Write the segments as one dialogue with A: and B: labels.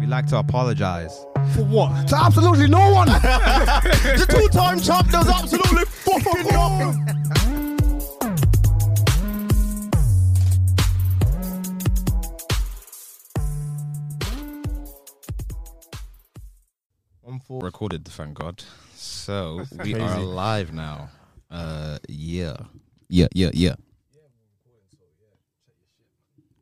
A: We like to apologize.
B: For what? To absolutely no one.
C: the two-time champ does absolutely fucking nothing.
A: One four recorded, thank God. So we are live now. Uh, yeah, yeah, yeah, yeah.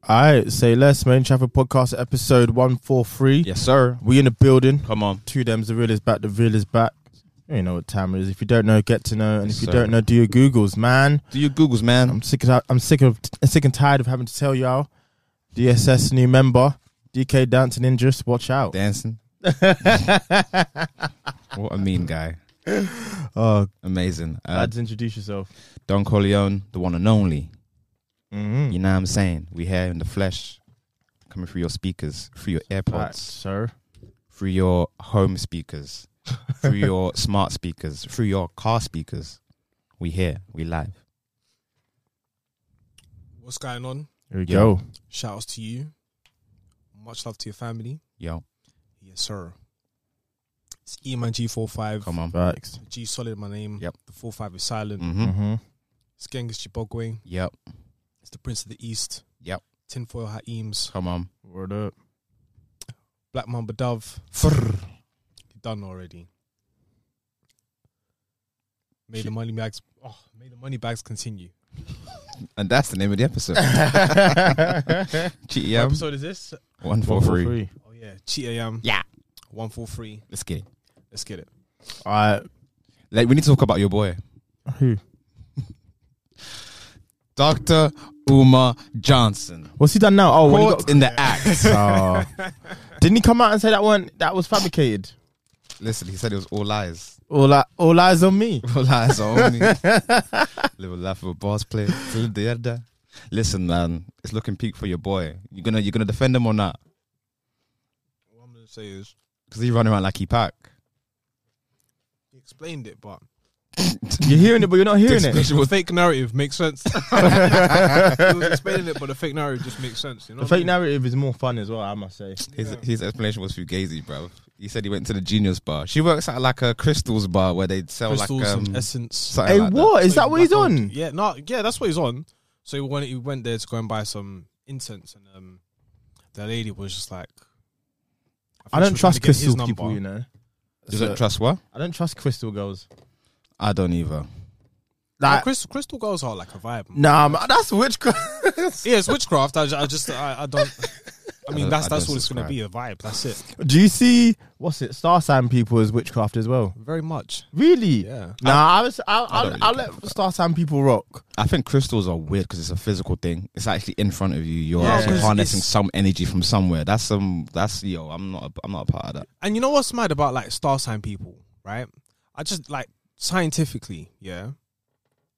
B: All right, say less, man. Traffic podcast episode 143.
A: Yes, sir.
B: We in the building.
A: Come on.
B: Two them's the real is back, the real is back. You know what time it is. If you don't know, get to know. And if you
A: sir.
B: don't know, do your Googles, man.
A: Do your Googles, man.
B: I'm sick of I'm sick of sick and tired of having to tell y'all. DSS new member, DK Dancing Ninja, just watch out.
A: dancing. what a mean guy.
B: Oh,
A: Amazing. Uh,
B: lads, introduce yourself.
A: Don Corleone, the one and only. You know what I'm saying? We here in the flesh, coming through your speakers, through your AirPods,
B: Right, sir.
A: through your home speakers, through your smart speakers, through your car speakers. We here. We live.
C: What's going on?
B: Here we
A: Yeah.
B: go.
C: Shout outs to you. Much love to your family.
A: Yo,
C: Yes, sir. It's Eman G45.
A: come on.
B: Facts.
C: G solid, my name.
A: Yep.
C: The 45 is silent.
A: Mm-hmm.
B: Mm-hmm.
C: It's Genghis Chibogwe.
A: Yep.
C: It's the Prince of the East.
A: Yep.
C: Tinfoil Hat Eames.
A: Come on.
B: Word up.
C: Black Mamba Dove. You Done already. May the money bags. Oh, may the money bags continue.
A: And that's the name of the episode.
C: What
A: GTM
C: episode is this?
A: one four three.
B: Three.
C: Oh yeah, Cheat AM.
A: Yeah.
C: One four three.
A: Let's get it.
C: Let's get it.
B: All right.
A: Like we need to talk about your boy,
B: Who?
A: Doctor Uma Johnson,
B: What's he done now? Oh, when he
A: caught
B: got-
A: in the act.
B: Oh. Didn't he come out and say that one that was fabricated?
A: Listen, he said it was all lies.
B: All li- all eyes on me.
A: All lies are on me. Live a life of a boss player. till the other. Listen, man, it's looking peak for your boy. You gonna you gonna defend him or not?
C: What I'm gonna say is
A: Because he running around like he pack.
C: he explained it, but
B: You're hearing it, but you're not hearing it.
C: the fake narrative makes sense. he was explaining it, but the fake narrative just makes sense. You know,
B: The fake narrative is more fun as well, I must say.
A: His, his explanation was fugazi, bro. He said he went to the Genius Bar. She works at like a Crystals Bar where they sell
C: crystals
A: like um,
C: and essence.
A: something
B: Hey,
A: like that.
B: what? Is that what he's
C: Black gold.
B: on?
C: Yeah, no, yeah, that's what he's on. So he went, he went there to go and buy some incense, and um, the lady was just like,
B: I
C: think she
B: don't
C: was trying to
B: trust
C: get his
B: crystal
C: number.
B: people, you know.
A: You
B: So-
A: don't trust what?
B: I don't trust crystal girls.
A: I don't either.
C: But
B: Like,
C: crystal, crystal girls are like a vibe. man.
B: nah, man, that's witchcraft.
C: Yeah, it's witchcraft. I, ju- I just, I, I don't. I mean,
A: don't-
C: that's
A: I
C: that's
A: don't
C: all it's gonna
A: subscribe.
C: be a vibe. That's it.
B: Do you see what's it? Star sign people is witchcraft as well.
C: Very much.
B: Really?
C: Yeah.
B: Nah, I was. I'll, I'll,
A: don't really
B: I'll
A: care
B: let star sign people rock.
A: I think crystals are weird because it's a physical thing. It's actually in front of you. You're
C: Yeah,
A: actually
C: 'cause
A: harnessing
C: it's-
A: some energy from somewhere. That's some. That's yo. I'm not. A, I'm not a part of that.
C: And you know what's mad about like star sign people, right? I just like scientifically, yeah.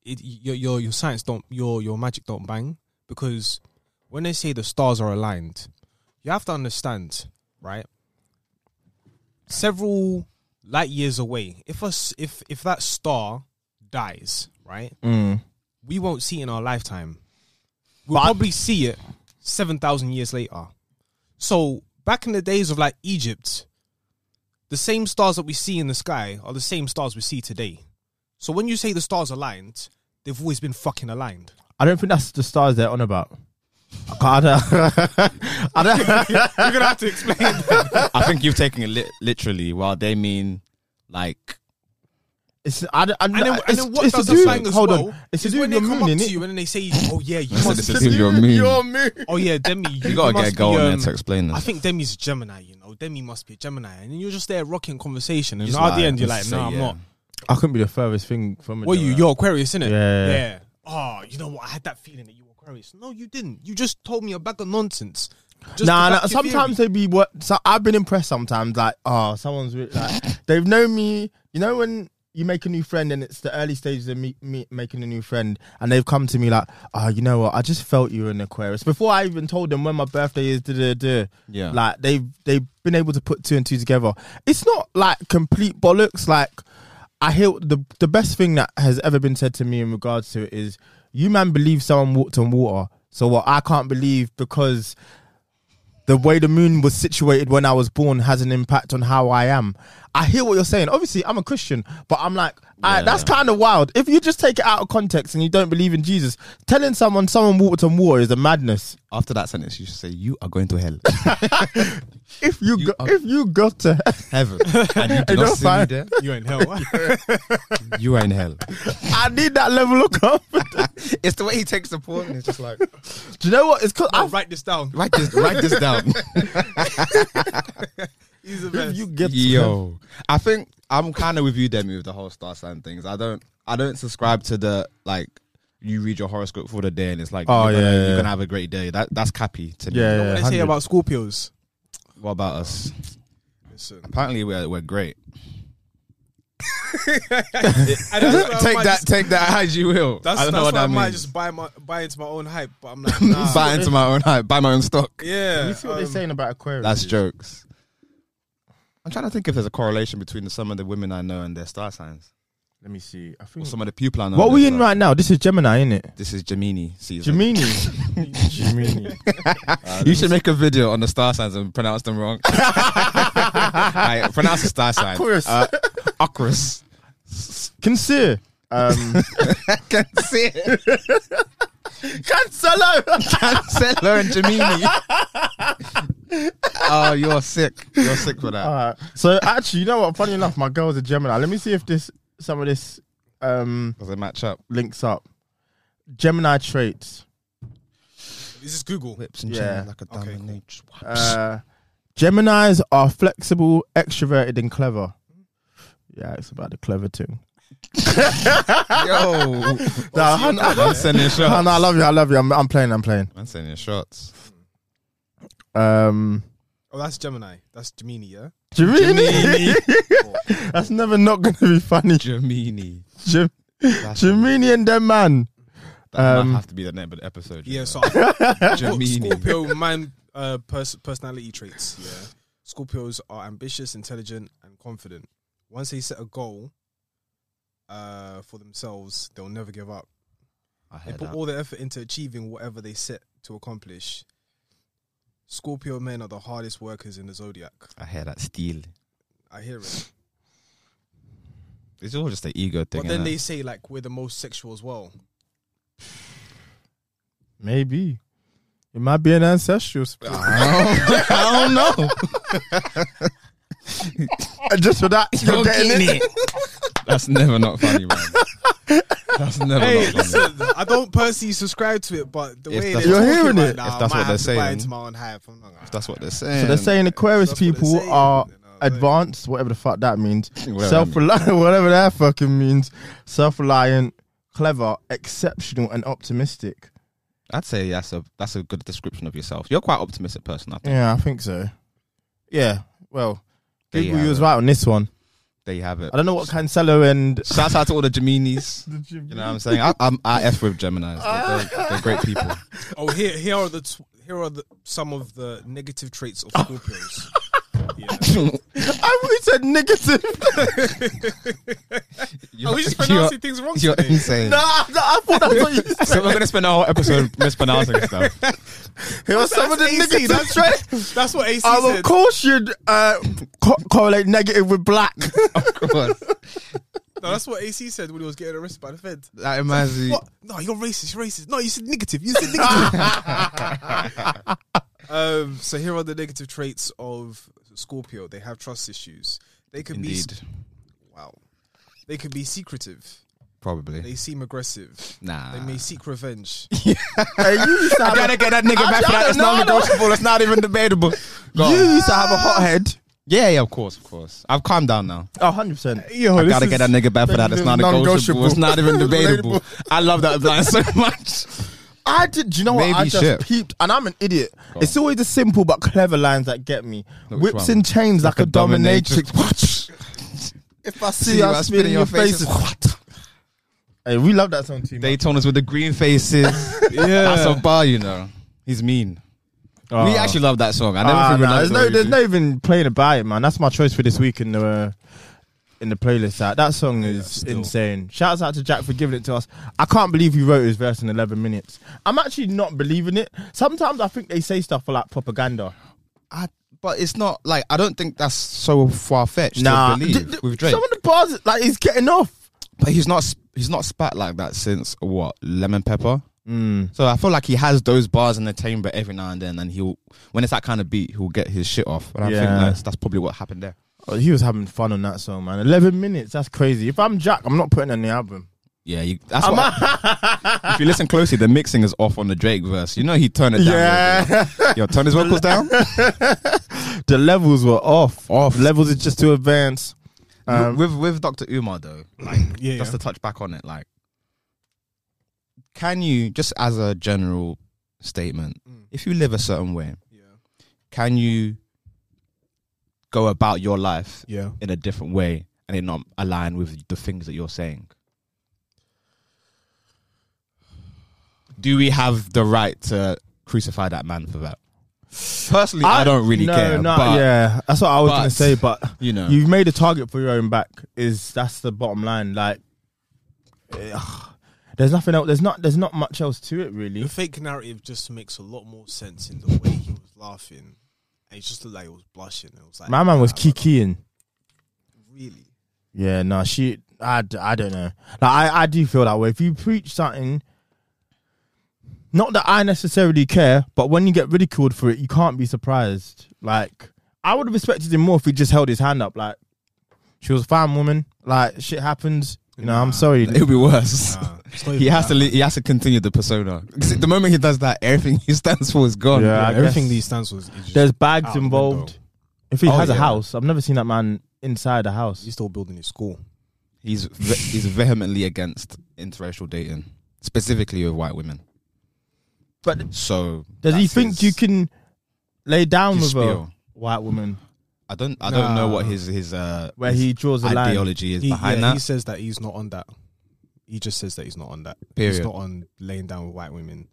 C: It your your your science don't your your magic don't bang because when they say the stars are aligned, you have to understand, right? Several light years away, if us if if that star dies, right, we won't see it in our lifetime. We'll probably see it seven thousand years later. So back in the days of like Egypt, the same stars that we see in the sky are the same stars we see today. So when you say the stars aligned, they've always been fucking aligned.
B: I don't think that's the stars they're on about. I don't, I don't,
C: You're gonna have to explain. that.
A: I think you've taken it lit- literally, while they mean like
B: it's, I don't, I
C: And then,
B: it's,
C: and then what
B: it's
C: does
B: to
C: us
B: do-
C: bang as
B: Hold
C: well
B: on, it's to
C: is
B: do
C: when
B: with
C: they
B: your
C: come
B: moon,
C: up to
B: innit?
C: you and then they say, "Oh yeah, you
A: Listen,
C: must."
A: this is your moon.
C: Oh yeah, Demi. You,
A: You gotta
C: must
A: get going
C: be,
A: there
C: um,
A: to explain this.
C: I think Demi's a Gemini. You know, Demi must be a Gemini, and then you're just there rocking conversation, and
A: Just
C: at
A: lie,
C: the end you're like,
A: just
C: "No,
A: say
C: I'm
A: yeah.
C: not."
B: I couldn't be the furthest thing from it.
C: What are you? You're Aquarius, innit?
B: Yeah.
C: Yeah. Oh, you know what? I had that feeling that you were Aquarius. No, you didn't. You just told me a bag of nonsense. Just
B: nah,
C: to
B: nah.
C: back your
B: Sometimes
C: theory.
B: they be what. So I've been impressed sometimes. Like, oh, someone's re- like they've known me. You know when you make a new friend and it's the early stages of me, me making a new friend, and they've come to me like, oh, you know what? I just felt you were an Aquarius before I even told them when my birthday is. Da da da.
A: Yeah.
B: Like they've they've been able to put two and two together. It's not like complete bollocks. Like I hear the the best thing that has ever been said to me in regards to it is, you man believe someone walked on water. So what I can't believe because the way the moon was situated when I was born has an impact on how I am. I hear what you're saying. Obviously, I'm a Christian, but I'm like, I, that's kind of wild. If you just take it out of context and you don't believe in Jesus, telling someone someone walked on water is a madness.
A: after that sentence, you should say, "You are going to hell,
B: If you,
A: You
B: go,
A: are-
B: if you got to,
A: heaven, and you do
B: You know,
A: not see me
B: fine.
A: there.
C: you're in hell.
A: You are in hell."
B: I need that level of confidence.
A: it's the way he takes the point. And it's just like
B: Do you know what? It's because
C: I'll
B: I
C: write this down.
A: write this, write this down.
C: He's the
B: if
C: best.
B: you get
A: Yo, I think I'm kind of with you, Demi, with the whole star sign things. I don't, I don't subscribe to the like. You read your horoscope for the day, and it's like,
B: Oh,
A: you're gonna,
B: yeah, yeah,
A: you're
B: yeah.
A: gonna have a great day. That that's happy to me.
B: Yeah, yeah.
C: what they say
B: 100.
C: about Scorpios.
A: What about us?
C: Listen,
A: Apparently, we're we're great.
C: I don't know, I
A: take
C: might
A: that,
C: just-
A: take that as you will.
C: That's,
A: I don't know
C: that's
A: what
C: why I
A: that
C: might
A: means.
C: just buy my buy into my own hype, but I'm like, nah.
A: buy into my own hype, buy my own stock.
C: yeah.
B: you see what they're
C: um,
B: saying about Aquarius.
A: That's jokes. I'm trying to think if there's a correlation between some of the women I know and their star signs,
B: Let me see. I
A: or
B: think.
A: some of the people I know.
B: What
A: and
B: we
A: their
B: in
A: star-
B: right now? This is Gemini, isn't it?
A: This is Gemini season. Uh,
B: Gemini. Gemini.
A: You should make a video on the star signs and pronounce them wrong. Alright, pronounce the star sign.
B: Aquarius.
A: Uh, Aquarius.
B: Consider. Um,
A: Can see it.
B: Cancelo.
A: Cancelo and Gemini. oh, you're sick. You're sick for that.
B: Alright. So actually, you know what? Funny enough, my girl's a Gemini. Let me see if this some of this um,
A: Does it match up?
B: links up. Gemini traits.
C: This is Google.
A: Whips and
B: Yeah.
A: chains like a
C: Okay,
A: diamond.
B: Uh, Geminis are flexible, extroverted, and clever. Yeah, it's about the clever thing. Uh,
A: Yo,
B: Nah, hun-
A: I'm sending
B: Oh,
A: shots.
B: no, I love you. I love you. I'm, I'm playing. I'm playing.
A: I'm sending shots.
B: Um,
C: Oh, that's Gemini. That's Gemini, yeah?
B: Gemini. That's never not going to be funny.
A: Gemini.
B: Gem-
A: That's-
B: Gemini and them man.
A: That
B: Um,
A: might have to be the name of the episode. you
C: Yeah,
A: know.
C: so I thought
A: Gemini.
C: Scorpio man uh, pers- personality traits. Yeah. Scorpios are ambitious, intelligent, and confident. Once they set a goal uh, for themselves, they'll never give up.
A: I
C: They
A: heard
C: put
A: that.
C: all their effort into achieving whatever they set to accomplish. Scorpio men are the hardest workers in the zodiac.
A: I hear that steel.
C: I hear it.
A: It's all just an ego thing.
C: But then
A: innit?
C: they say, like, we're the most sexual as well.
B: Maybe. It might be an ancestral. sp- Oh,
A: I don't know.
B: Just for that, you're getting it.
A: That's never not funny, man. That's never
C: Hey,
A: not funny.
C: listen, I don't personally subscribe to it, but the
A: If
C: way
A: that's-
C: they're
B: You're
C: talking
B: hearing
C: right
B: it.
C: now,
A: If that's
C: I might
A: what
C: have
A: they're
C: to buy
A: saying.
C: into my own hype. I'm not gonna-
A: That's what they're saying.
B: So they're saying Aquarius
C: That's what they're
B: people
C: saying,
B: are
C: you know, but-
B: advanced, whatever the fuck that means.
A: Whatever that
B: Self reliant, whatever that fucking means. Self reliant, clever, exceptional, and optimistic.
A: I'd say that's a that's a good description of yourself. You're quite optimistic person. I think.
B: Yeah, I think so. Yeah. Well,
A: There
B: Google
A: you
B: you
A: have
B: was
A: it.
B: right on this one.
A: There you have it.
B: I don't know what Cancelo and
A: Shout out to all the Geminis. you know what I'm saying? I, I'm I f with Gemini's. They're, they're, they're great people.
C: Oh, here, here are the tw- here are the, some of the negative traits of Scorpios. yeah.
B: I really said negative.
A: You're-
C: we just
A: you're-
C: pronouncing things wrong
A: You're
C: today?
A: insane.
B: nah, I- I thought that's what you said.
A: So we're gonna spend the whole episode mispronouncing stuff.
B: Here are some of the
C: That's AC,
B: negative
C: that's-
B: traits.
C: That's what AC
B: I
C: said.
B: Oh, of course you'd uh, co- correlate negative with black.
A: Of course.
C: No, that's what AC said when he was getting arrested by the Fed.
A: That reminds me.
C: What? No, you're racist. You're racist. No, you said negative. You said negative. um, so here are the negative traits of Scorpio. They have trust issues. They can
A: Indeed,
C: be wow. They can be secretive. They
A: probably.
C: seem aggressive.
A: Nah.
C: They may seek revenge.
B: Hey, you used to have a,
A: Gotta get that nigga
B: I-
A: back for that.
B: I don't
A: That's
B: know, I don't-
A: non-negotiable. That's not even debatable. Go
B: you
A: on.
B: used to have a hot head.
A: Yeah, yeah, of course, of course. I've calmed down now.
B: Oh, 100%.
C: Yo,
A: I gotta get that nigga back for that. It's not negotiable. It's not even debatable. I love that blind so much.
B: I did. Do you know what?
A: Maybe
B: I just
A: shit.
B: peeped, and I'm an idiot.
A: Go
B: It's always the simple but clever lines that get me.
A: Look,
B: Whips
A: Trump.
B: and chains like, a, dominatrix. if I see you, I
A: spit
B: spit in your faces. Hey, we love that song too. much.
A: Daytona's with the green faces. yeah, that's a bar, you know. He's mean. we
B: Oh.
A: actually love that song. I never
B: Ah,
A: think we
B: nah,
A: love
B: there's
A: it,
B: no,
A: we
B: there's
A: do.
B: no even playing about it, man. That's my choice for this week in the uh, in the playlist. That that song is
A: still.
B: insane. Shouts out to Jack for giving it to us. I can't believe he wrote his verse in 11 minutes. I'm actually not believing it. Sometimes I think they say stuff for like propaganda.
A: I, but it's not like I don't think that's so far fetched.
B: nah,
A: to believe
B: d- d-
A: with Drake,
B: some of the bars like he's getting off.
A: but he's not sp- he's not spat like that since what Lemon Pepper.
B: Hmm.
A: Mm. So I feel like he has those bars in the chamber every now and then, and he'll when it's that kind of beat, he'll get his shit off. And I think
B: Yeah.
A: that's, that's probably what happened there.
B: Oh, he was having fun on that song, man. 11 minutes, that's crazy. If I'm Jack, I'm not putting it on the album.
A: Yeah, you, that's what. if you listen closely, the mixing is off on the Drake verse. You know he turned it down. a little bit. yo, turn his vocals down.
B: The levels were off. Off levels is just too advanced. Um,
A: with with Dr. Umar though, like
C: Yeah,
A: just to
C: yeah.
A: touch back on it, like, can you just as a general statement, if you live a certain way, can you go about your life
C: Yeah.
A: in a different way and it not align with the things that you're saying? Do we have the right to crucify that man for that? Personally, I, don't really
B: no,
A: care.
B: No,
A: but
B: yeah, that's what I was
A: but,
B: gonna say. But
A: you know.
B: you've made a target for your own back. Is that's the bottom line? Like, eh, there's nothing else. There's not. There's not much else to it, really.
C: The fake narrative just makes a lot more sense in the way he was laughing. And it just looked like he was blushing. It was like
B: My man was
C: nah,
B: kikiing.
C: Really?
B: Yeah, no, she. I, d- I don't know. Like, I, I do feel that way. If you preach something, not that I necessarily care, but when you get ridiculed for it, you can't be surprised. Like, I would have respected him more if he just held his hand up. Like, she was a fine woman. Like, shit happens. You know, I'm sorry.
A: It'll be worse.
C: it's not
A: he
C: even
A: has to.
C: that.
A: Li- he has to continue the persona. 'Cause the moment he does that, everything he stands for is gone.
B: Yeah, I guess
C: Everything these stands was. is just
B: There's bags
C: out the
B: involved.
C: window.
B: If he
A: Oh,
B: has a
A: yeah.
B: house, I've never seen that man inside a
C: He's
B: house.
C: still building his school.
A: he's ve- he's vehemently against interracial dating, specifically with white women.
B: But
A: So
B: does he
A: that's
B: think
A: his-
B: you can lay down with
A: his
B: a
A: spiel.
B: white woman
A: I don't. I don't know what
C: Nah.
A: his his uh
B: where
A: his
B: he draws a line?
A: ideology is
C: He,
A: behind
C: yeah, he
A: that.
C: says that he's not on that. He just says that he's not on that.
A: Period.
C: He's not on laying down with white women.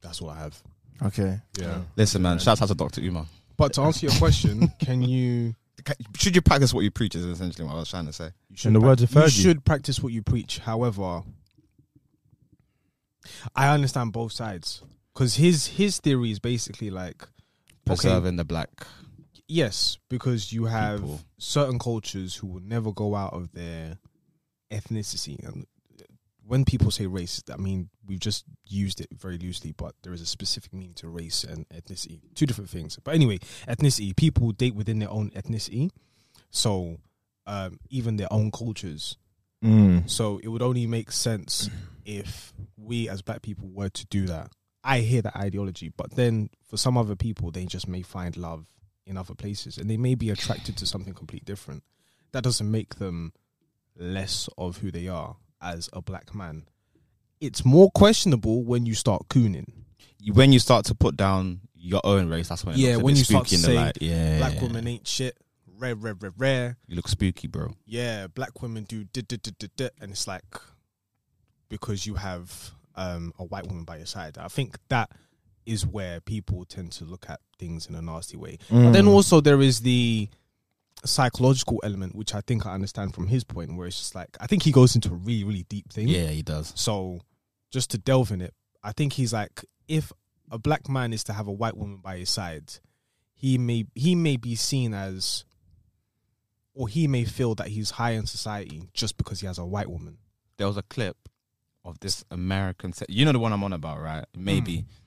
C: That's what I have.
B: Okay.
C: Yeah.
A: Listen, man. Shouts out to Doctor Umar.
C: But to answer your question, can you?
A: Ca- Should you practice what you preach? Is essentially what I was trying to say.
C: you
B: In the
C: prac-
B: words of
C: you
B: Fergie.
C: should practice what you preach. However, I understand both sides because his his theory is basically like
A: Preserving the black.
C: Yes, because you have
A: People.
C: certain cultures who will never go out of their ethnicity. And when people say race, I mean, we've just used it very loosely, but there is a specific meaning to race and ethnicity. Two different things. But anyway, ethnicity, people date within their own ethnicity. So um, even their own cultures.
B: Mm.
C: So it would only make sense if we as black people were to do that. I hear that ideology, but then for some other people, they just may find love in other places and they may be attracted to something completely different. That doesn't make them less of who they are as a black man. It's more questionable when you start cooning.
A: You- When you start to put down your own race, that's when it
C: yeah,
A: looks a
C: when
A: bit
C: you start
A: spooky
C: to
A: in the
C: say
A: light. yeah,
C: black
A: yeah.
C: women ain't shit, rare, rare, rare, rare.
A: You look spooky, bro.
C: yeah, black women do da, da, da, da, da, and it's like because you have um, a white woman by your side. I think that is where people tend to look at things in a nasty way. But then also there is the psychological element, which I think I understand from his point, where it's just like I think he goes into a really, really deep thing.
A: Yeah, he does.
C: So just to delve in it, I think he's like, if a black man is to have a white woman by his side, he may he may be seen as or he may feel that he's high in society just because he has a white woman.
A: there was a clip of this American. se- You know the one I'm on about, right? Maybe
B: Hmm.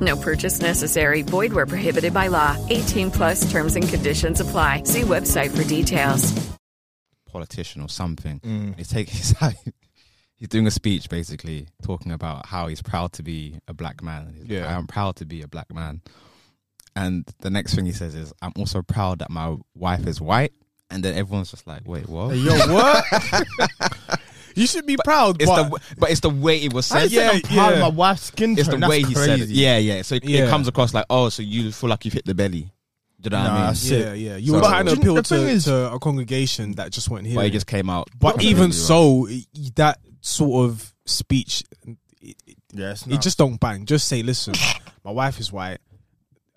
D: No purchase necessary. Void where prohibited by law. 18 plus terms and conditions apply. See website for details.
A: politician or something.
B: Hmm.
A: He's taking he's, like- he's doing a speech basically talking about how he's proud to be a black man. He's like,
C: Yeah.
A: I am proud to be a black man. And the next thing he says is, I'm also proud that my wife is white. And then everyone's just like, wait, what?
B: Yo, what? you should be proud,
A: It's
B: but
A: the but it's the way it was
B: I
A: said.
B: said I'm proud of my wife's skin
A: It's the
B: tone. That's
A: way he said it.
B: crazy.
A: Yeah, yeah. So it, it
C: Yeah.
A: comes across like, oh, so you feel like you've hit the belly. Do you know what
B: Nah,
A: I mean?
B: that's
C: Yeah,
B: it.
C: yeah. You
A: So-
C: were trying
B: But do
C: to
B: you-
C: appeal
B: the thing
C: to,
B: is-
C: to a congregation that just went here.
A: But it just came out.
C: But even so, i- that sort of speech, it, it-
B: Yes,
C: it just don't bang. Just say, listen, my wife is white,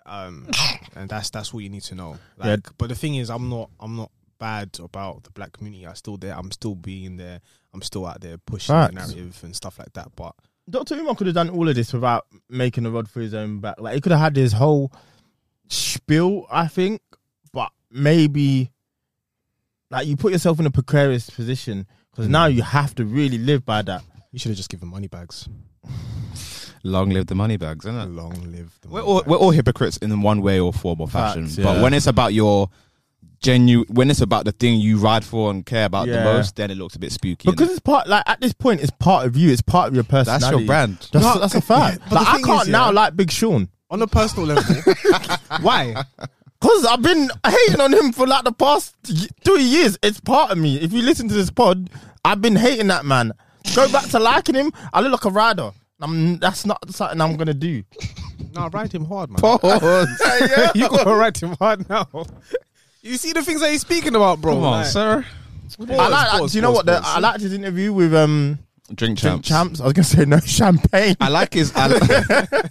C: um, and that's that's what you need to know. Like,
B: Yeah.
C: but the thing is, I'm not I'm not bad about the black community. I'm still there. I'm still being there. I'm still out there pushing
B: Facts.
C: the narrative and stuff like that. But
B: Dr. Umar could have done all of this without making a rod for his own back. Like, he could have had his whole spiel, I think, but maybe, like, you put yourself in a precarious position because now you have to really live by that.
C: you should have just given money bags.
A: long live the money bags, isn't it?
C: Long live. The
A: We're
C: money
A: all,
C: bags.
A: we're all hypocrites in one way or form or fashion.
B: Facts,
A: But
B: yeah.
A: when it's about your genuine, when it's about the thing you ride for and care about the
B: Yeah.
A: most, then it looks a bit spooky.
B: Because it's part, like, at this point, it's part of you, it's part of your personality.
A: brand.
B: That's,
C: No,
B: that's a fact.
C: but the
B: Like, I
C: thing
B: can't
C: is,
B: now
C: yeah.
B: like Big Sean.
C: on a personal level. why?
B: Cause I've been hating on him for like the past y- three years. It's part of me. If you listen to this pod, I've been hating that man. Go back to liking him. I look like a rider. I'm, that's not something I'm gonna do.
C: No, ride him hard, man.
B: yeah.
C: you gotta ride him hard now. You see the things that he's speaking about, bro.
A: Come on,
C: like-
A: sir.
B: I like.
C: Pause,
B: do you know
C: pause,
B: what? The,
C: pause.
B: I liked his interview with um
A: Drink
B: Drink
A: champs.
B: Champs. I was gonna say no champagne,
A: I like his. I, li-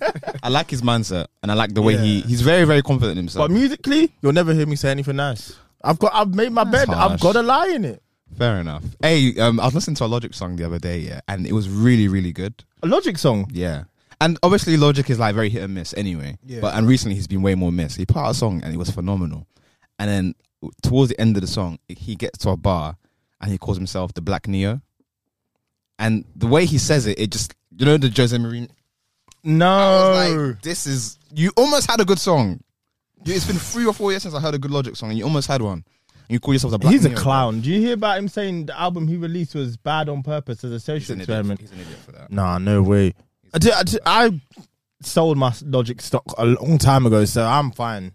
A: I like his mindset, and I like the way he he's very very confident in himself.
B: but musically, you'll never hear me say anything nice. I've got. I've made my bed. I've
A: harsh.
B: got a lie in it.
A: Fair enough. Hey, um, I was listening to a Logic song the other day, yeah, and it was really really good.
B: A Logic song.
A: Yeah. And obviously, Logic is like very hit and miss anyway.
C: Yeah.
A: But and recently, he's been way more miss. He put out a song and it was phenomenal. And then towards the end of the song, he gets to a bar and he calls himself the Black Neo. And the way he says it, it just you know the Jose Mourinho.
B: No.
A: Like, this is you almost had a good song. You- It's been three or four years since I heard a good Logic song, and you almost had one. And you call yourself the Black
B: He's a
A: Neo.
B: clown. Do you hear about him saying the album he released was bad on purpose as a
A: He's
B: social
A: an
B: experiment?
A: idiot. He's an idiot for that.
B: Nah, no way. I, did- I, did- I sold my Logic stock a long time ago, so I'm fine.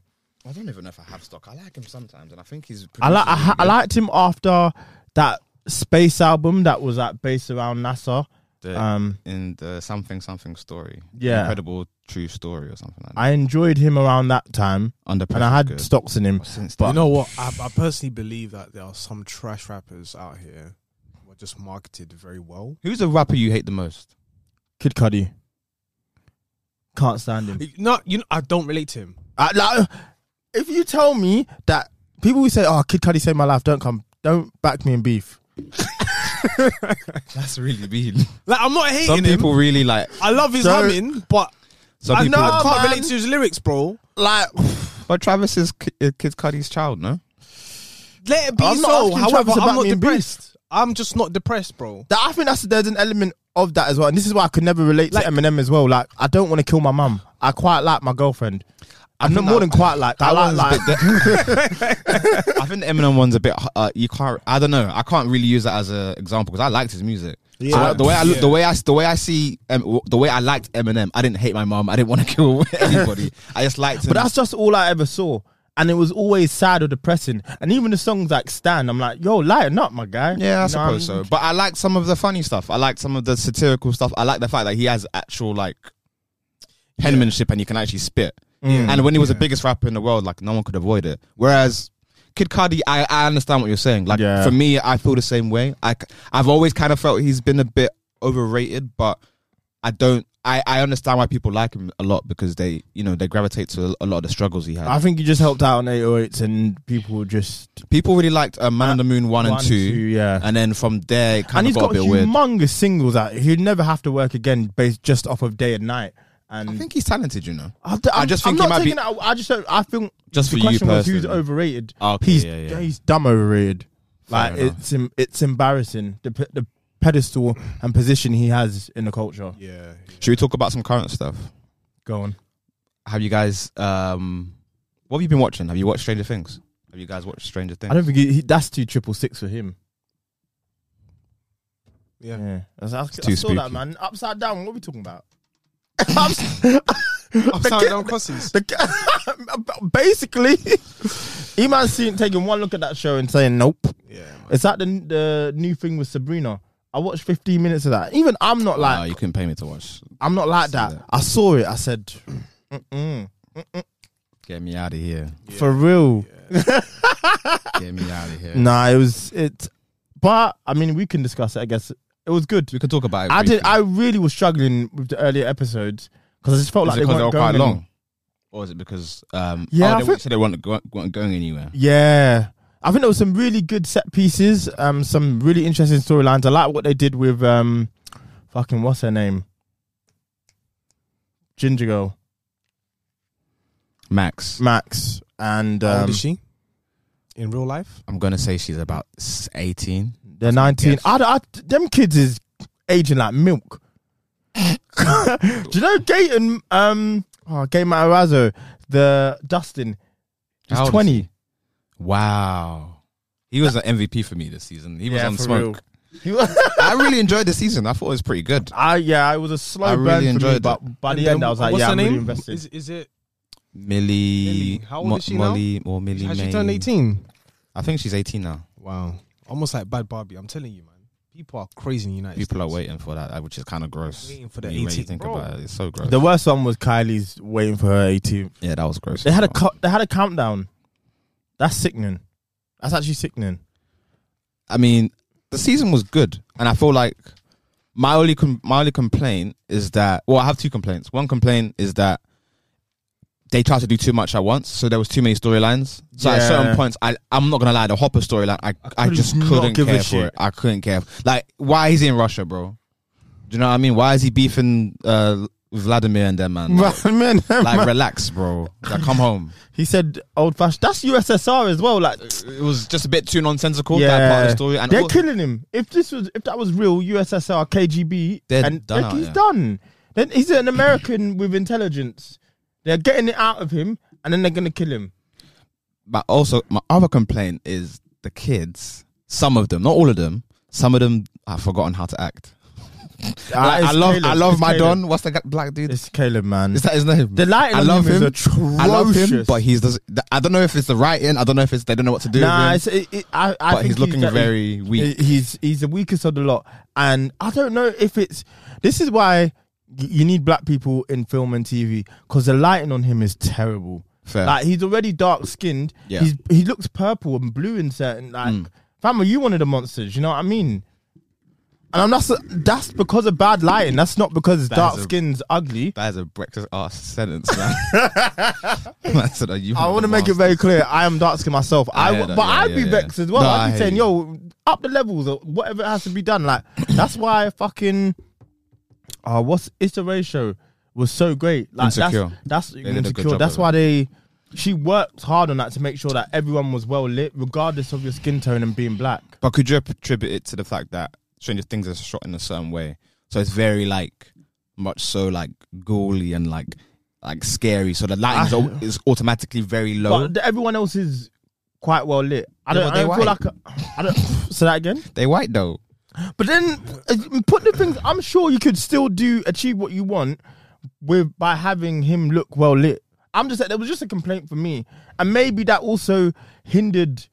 A: I don't even know if I have stock. I like him sometimes, and I think he's.
B: I like I, ha- I liked him after that space album that was like based around NASA.
A: the,
B: Um,
A: in the something something story.
B: Yeah.
A: incredible true story or something like that.
B: I enjoyed him around that time,
A: Under
B: and I
A: Pressure's
B: had
A: good.
B: stocks in him.
A: Since
B: But
C: You know what? I, I personally believe that there are some trash rappers out here who are just marketed very well.
A: who's the rapper you hate the most?
B: Kid Cudi can't stand him.
C: No, you know, I don't relate to him.
B: I, like, if you tell me that people who say, "Oh, Kid Cudi saved my life," don't come, don't back me in beef.
A: That's really mean.
C: Like I'm not hating
A: Some people
C: him.
A: really like.
C: I love his
B: Don't-
C: humming, but
A: Some
C: I,
A: people.
C: know, I can't
B: man.
C: relate to his lyrics, bro.
B: Like,
A: But Travis is Ki- uh, Kid Cudi's child, no?
C: Let it be
B: I'm not
C: so.
B: asking
C: However,
B: Travis about
C: I'm not
B: me and
C: depressed. I'm just not depressed, bro.
B: that I think that's there's an element of that as well, and this is why I could never relate
C: Like-
B: to Eminem as well. Like, I don't want to kill my mum. I quite like my girlfriend. I'm not
A: think
B: more
A: that-
B: than quite like. I like
A: one's
B: like.
A: I think the Eminem one's a bit. Uh, you can't. I don't know. I can't really use that as an example because I liked his music. Yeah. So
B: Yeah.
A: the way I look, the way I the way I see um, w- the way I liked Eminem, I didn't hate my mom. I didn't want to kill anybody. I just liked him.
B: but that's just all I ever saw, and it was always sad or depressing. And even the songs like "Stand," I'm like, "Yo, lighten up, my
A: Yeah, I
B: guy." You know what
A: suppose
B: mean?
A: so. But I like some of the funny stuff. I like some of the satirical stuff. I like the fact that he has actual like
B: Mm.
A: penmanship and he can actually spit. And when he was the biggest rapper in the world, like no one could avoid it. Whereas Kid Cudi, I, I understand what you're saying. Like for me, I feel the same way. I have always kind of felt he's been a bit overrated, but I don't. I, I understand why people like him a lot because they you know they gravitate to a lot of the struggles he had.
B: I think you just helped out on 808s and people just
A: people really liked uh, Man on the Moon one,
B: One
A: and
B: and
A: two,
B: two, yeah.
A: and then from there it kind
B: and
A: of
B: he's
A: got,
B: got,
A: a bit weird.
B: humongous singles out. He'd never have to work again based just off of day and night. And I think
A: he's talented, you know.
B: I,
A: I just think
B: am
A: he
B: not
A: might be-
B: taking That, I just don't. I think
A: Just for
B: the
A: you
B: question was who's
A: personally. Ah,
B: overrated.
A: Okay,
B: he's
A: yeah, yeah.
B: he's dumb overrated. like
A: enough.
B: it's em- it's embarrassing the pe- the pedestal and position he has in the culture.
C: Yeah.
A: Should we talk about some current stuff?
B: Go on.
A: Have you guys um what have you been watching? Have you watched Stranger Things? Have you guys watched Stranger Things?
B: I don't think he, he, that's too triple six for him.
C: Yeah,
B: yeah. I, I,
A: It's too
B: I saw
A: spooky.
B: that man upside down. What are we talking about?
C: Upside down cousins.
B: Basically, he man's seen taking one look at that show and saying nope.
C: Yeah,
B: it's like the the new thing with Sabrina. I watched 15 minutes of that. Even I'm not like
A: you couldn't pay me to watch.
B: I'm not like that. I saw it. I said, Mm-mm.
A: Get me out of here.
B: for real.
A: Get me out of here.
B: Nah, it was it. But I mean, we can discuss it. I guess it was good. We
A: can talk about it
B: I did. I really was struggling with the earlier episodes because I just felt
A: Is
B: like
A: it
B: they
A: 'cause
B: weren't
A: they were
B: going
A: quite
B: anywhere.
A: long? Or is it because um
B: Yeah,
A: oh,
B: I
A: they
B: think-
A: said they weren't, go- weren't going anywhere?
B: Yeah. I think there was some really good set pieces, um, some really interesting storylines. I like what they did with um, fucking what's her name, Ginger Girl,
A: Max.
B: Max, and um,
C: How old is she? In real life?
A: I'm gonna say she's about s- eighteen.
B: They're nineteen. I, I, them kids is aging like milk. Do you know Gayton? Um, oh, Gay Matarazzo, the Dustin,
A: How old
B: he's
A: is
B: twenty.
A: Wow. He was an MVP for me this season. He was
B: Yeah,
A: on
B: for
A: smoke. I really enjoyed the season. I thought it was pretty good.
B: I yeah, it was a slow
A: I
B: burn
A: really
B: for me,
A: enjoyed it.
B: but by
C: And
B: the
C: then
B: end, I was like,
C: what's
B: yeah,
C: her
B: I'm really
C: name?
B: invested.
C: Is, is it
A: Millie,
C: How old
A: Mo-
C: is she now?
A: Molly or Millie
C: Has she
A: May.
C: turned 18?
A: I think she's 18 now.
C: wow? Almost like Bad Barbie. I'm telling you, man. People are crazy in the United
A: People
C: States.
A: are waiting for that, which is kind of gross.
C: Waiting for the
A: When you
C: 18,
A: think
C: bro.
A: about it, it's so gross.
B: The worst one was Kylie's waiting for her 18th.
A: Yeah, that was gross.
B: They had a cu- they had a countdown. That's sickening. That's actually sickening.
A: I mean, the season was good, and I feel like my only com- my only complaint is that well, I have two complaints. One complaint is that they tried to do too much at once, so there was too many storylines. So at
B: Yeah.
A: certain points, I I'm not gonna lie, the Hopper storyline, I I,
B: couldn't
A: just
B: not
A: couldn't
B: give a
A: care
B: shit.
A: for it. I couldn't care. Like, why is he in Russia, bro? Do you know what I mean? Why is he beefing uh, Vladimir and them man? Like,
B: man,
A: like, relax, bro. Like, come home.
B: He said old fashioned. That's USSR as well. Like
A: It was just a bit too nonsensical that part of the story, and
B: they're
A: all-
B: killing him. If this was if that was real USSR KGB,
A: They're
B: and
A: done
B: like,
A: out
B: he's
A: here.
B: done. Then he's an American with intelligence. They're getting it out of him, and then they're gonna kill him.
A: but also my other complaint is the kids. Some of them, not all of them. Some of them have forgotten how to act. Like, I
B: it's
A: love, I
B: Caleb.
A: love
B: It's
A: my
B: Caleb.
A: don. What's the guy- black dude?
B: It's Caleb, man.
A: Is that his name?
B: The lighting
A: I
B: on
A: love
B: him
A: him.
B: is
A: I love him,
B: atrocious.
A: but he's. Does, I don't know if it's the writing. I don't know if it's they don't know what to do.
B: Nah,
A: with
B: it's,
A: him.
B: it, it, I, I
A: But
B: think
A: he's looking
B: that-
A: very weak.
B: he- He's he's the weakest of the lot, and I don't know if it's. This is why y- you need black people in film and TV because the lighting on him is terrible.
A: Fair.
B: Like he's already dark skinned.
A: Yeah. Mm.
B: He's he looks purple and blue in certain like. Fam, are you one of the monsters? You know what I mean. And I'm not. s- That's because of bad lighting. That's not because
A: is
B: dark
A: a-
B: skin's ugly.
A: that is a breakfast ass sentence, man. Man said, "Are you
B: I
A: one
B: want
A: of
B: to
A: the
B: make it
A: masters?"
B: very clear. I am dark skinned myself. I,
A: hear
B: w-
A: that.
B: but
A: Yeah,
B: I'd
A: yeah,
B: be
A: yeah.
B: vexed as well.
A: No, I
B: I'd be
A: hear
B: saying,
A: you.
B: yo, up the levels or whatever has to be done. Like that's why fucking uh what's it's the ratio was so great. Like
A: Insecure.
B: that's that's
A: They did a good
B: insecure.
A: job
B: That's
A: of
B: why
A: it.
B: they she worked hard on that to make sure that everyone was well lit, regardless of your skin tone and being black.
A: But could you attribute it to the fact that Stranger Things is shot in a certain way? So it's very like much so like ghouly and like like scary. So the lighting is au- is automatically very low.
B: Ah. But th- everyone else is quite well lit. I
A: Yeah,
B: don't,
A: but
B: I
A: they
B: don't feel
A: white.
B: like a, I don't say that again.
A: They white though.
B: But then uh, put the things. I'm sure you could still do achieve what you want with by having him look well lit. I'm just there was just a complaint for me, and maybe that also hindered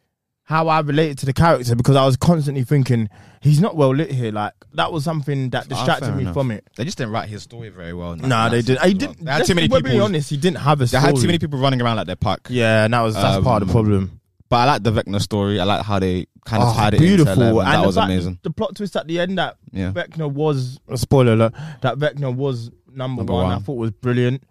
B: how I related to the character because I was constantly thinking he's not well lit here. Like that was something that
A: Ah,
B: distracted me from it.
A: They just didn't write his story very well.
B: No, nah, they did. I didn't.
A: They had too many
B: let's be
A: people.
B: honest, he didn't have a
A: They
B: story.
A: had too many people running around like their puck.
B: Yeah, and that was that's
A: Um,
B: part of the problem.
A: But I like the Vecna story. I like how they kind of
B: Oh,
A: tied it
B: beautiful.
A: into 11.
B: And
A: That
B: the
A: was
B: fact-
A: amazing.
B: The plot twist at the end that
A: Yeah.
B: Vecna was a spoiler alert that Vecna was number,
A: Number
B: one,
A: one.
B: I thought was brilliant.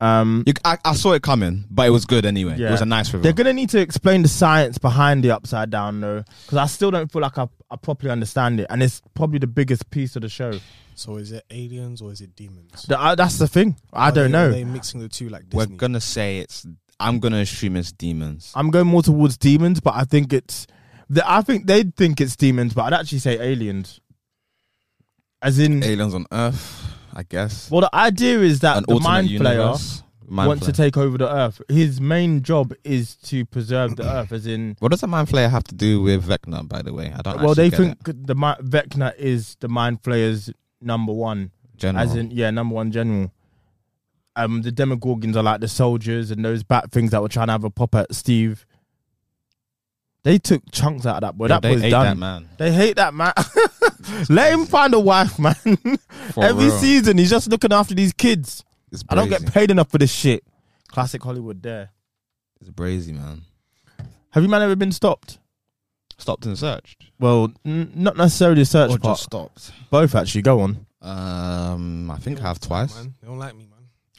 B: Um,
A: I, I saw it coming, but it was good anyway. It was a nice reveal.
B: They're gonna need to explain the science behind the upside down though, because I still don't feel like I, I properly understand it, and it's probably the biggest piece of the show.
C: So is it aliens or is it demons?
B: The- I- that's the thing. I
C: Are
B: don't
C: they-
B: know.
C: Are they mixing the two like
A: We're gonna say it's. I'm gonna assume it's demons.
B: I'm going more towards demons, but I think it's. The, I think they'd think it's demons, but I'd actually say aliens. As in
A: aliens on Earth, I guess.
B: Well, the idea is that
A: An
B: the
A: alternate
B: mind player
A: universe. Mind
B: wants
A: Flayer.
B: to take over the Earth. His main job is to preserve the Earth, as in
A: What does a mind flayer have to do with Vecna? By the way, I don't.
B: well,
A: actually
B: they
A: get
B: think
A: it.
B: the Mi- Vecna is the Mind Flayer's number one
A: General.
B: as in yeah, number one general. Um, the Demogorgons are like the soldiers and those bat things that were trying to have a pop at Steve. They took chunks out of that boy.
A: Yeah,
B: that
A: they
B: boy's
A: hate
B: done.
A: that man.
B: They hate that man. Let him find a wife, man.
A: For
B: Every
A: real.
B: season, he's just looking after these kids. I don't get
A: brazy.
B: paid enough for this shit. Classic Hollywood. There.
A: It's brazy, man.
B: Have you man ever been stopped?
A: Stopped and searched.
B: Well, n- not necessarily the search
A: Or
B: part.
A: just stopped.
B: Both actually. Go on.
A: Um, I think I have twice.
C: They don't like me, man.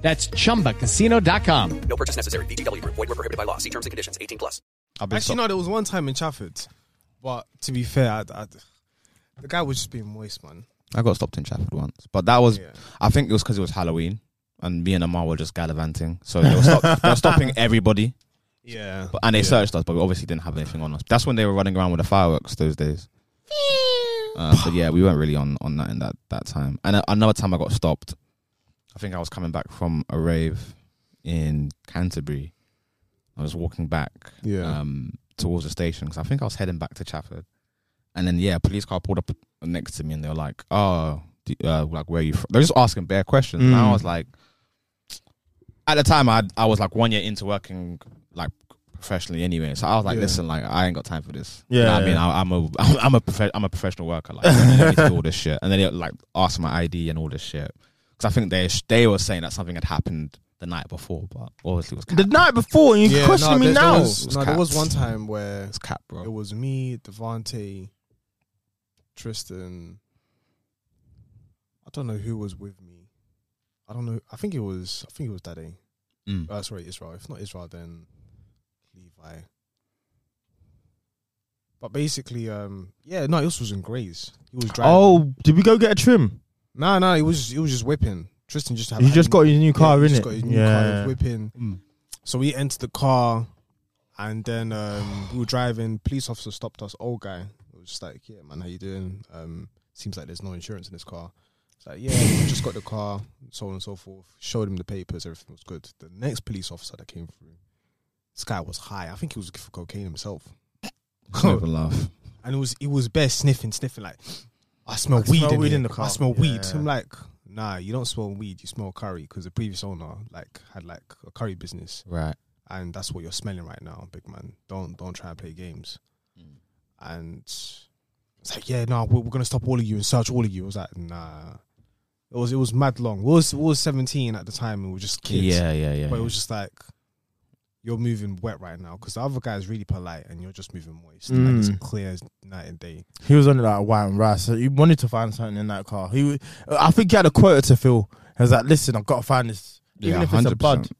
E: That's chumbacasino.com.
F: No purchase necessary. VGW Group. Void were prohibited by law. See terms and conditions. 18 plus.
C: Actually, no, there was one time in Chafford, but to be fair, I, I, the guy was just being moist, man.
A: I got stopped in Trafford once, but that was. I think it was because it was Halloween, and me and Amar were just gallivanting, so they were, stop- they were stopping everybody.
C: Yeah.
A: But, and they searched us, but we obviously didn't have anything on us. That's when they were running around with the fireworks those days. Uh, but yeah, we weren't really on on that in that that time. And a- another time I got stopped. I think I was coming back from a rave in Canterbury. I was walking back
C: Yeah.
A: um, towards the station because I think I was heading back to Chafford. And then yeah, a police car pulled up next to me, and they were like, "Oh, do, uh, like where are you from?" They're just asking bare questions. And I
C: Mm.
A: was like, at the time, I I was like one year into working like professionally anyway, so I was like,
C: Yeah.
A: "Listen, like I ain't got time for this."
C: Yeah,
A: you know what I mean,
C: yeah.
A: I, I'm a I'm, I'm a profe- I'm a professional worker. Like, I don't need to do all this shit, and then they like asked my ID and all this shit because I think they they were saying that something had happened the night before, but obviously it was
B: The night before, and you
C: Yeah,
B: question
C: no,
B: me
C: there- there
B: now.
C: was- no, there was one time where it's
A: cap, bro.
C: It was me, Devante, Tristan. I don't know who was with me. I don't know. I think it was. I think it was Daddy.
A: Mm.
C: Uh, sorry, Israel. If not Israel, then Levi. But basically, um, yeah, no, this was in Grays. He was driving.
B: Oh, did we go get a trim?
C: No, no, it was it was just whipping. Tristan just had
B: You just got his new car,
C: yeah, he
B: innit?
C: Just got his new car,
B: Yeah.
C: he was whipping.
B: Mm.
C: So we entered the car, and then um, we were driving. Police officer stopped us. Old guy it was just like, "Yeah, man, how you doing? Um, seems like there's no insurance in this car." It's like, "Yeah, we just got the car, so on and so forth." Showed him the papers. Everything was good. The next police officer that came through, this guy was high. I think he was for cocaine himself.
A: Never laugh.
C: And it was it was bare sniffing, sniffing like I smell
B: I
C: weed,
B: smell
C: in,
B: weed
C: here.
B: in the car."
C: I smell weed.
B: Yeah.
C: I'm like, nah, you don't smell weed. You smell curry because the previous owner like had like a curry business,
A: Right.
C: And that's what you're smelling right now, big man. Don't don't try and play games.
B: Mm.
C: And it's like, yeah, no, we're, we're gonna stop all of you and search all of you. I was like, nah. It was it was mad long. We was we was 17 at the time and we were just kids.
A: Yeah, yeah, yeah,
C: But it
A: yeah.
C: was just like. You're moving wet right now because the other guy is really polite and you're just moving moist. Like it's
B: Mm.
C: clear as night and day.
B: He was on like white and rice. So he wanted to find something in that car. He, wa- I think he had a quota to fill. He was like, "Listen, I've got to find this, even if it's a bud."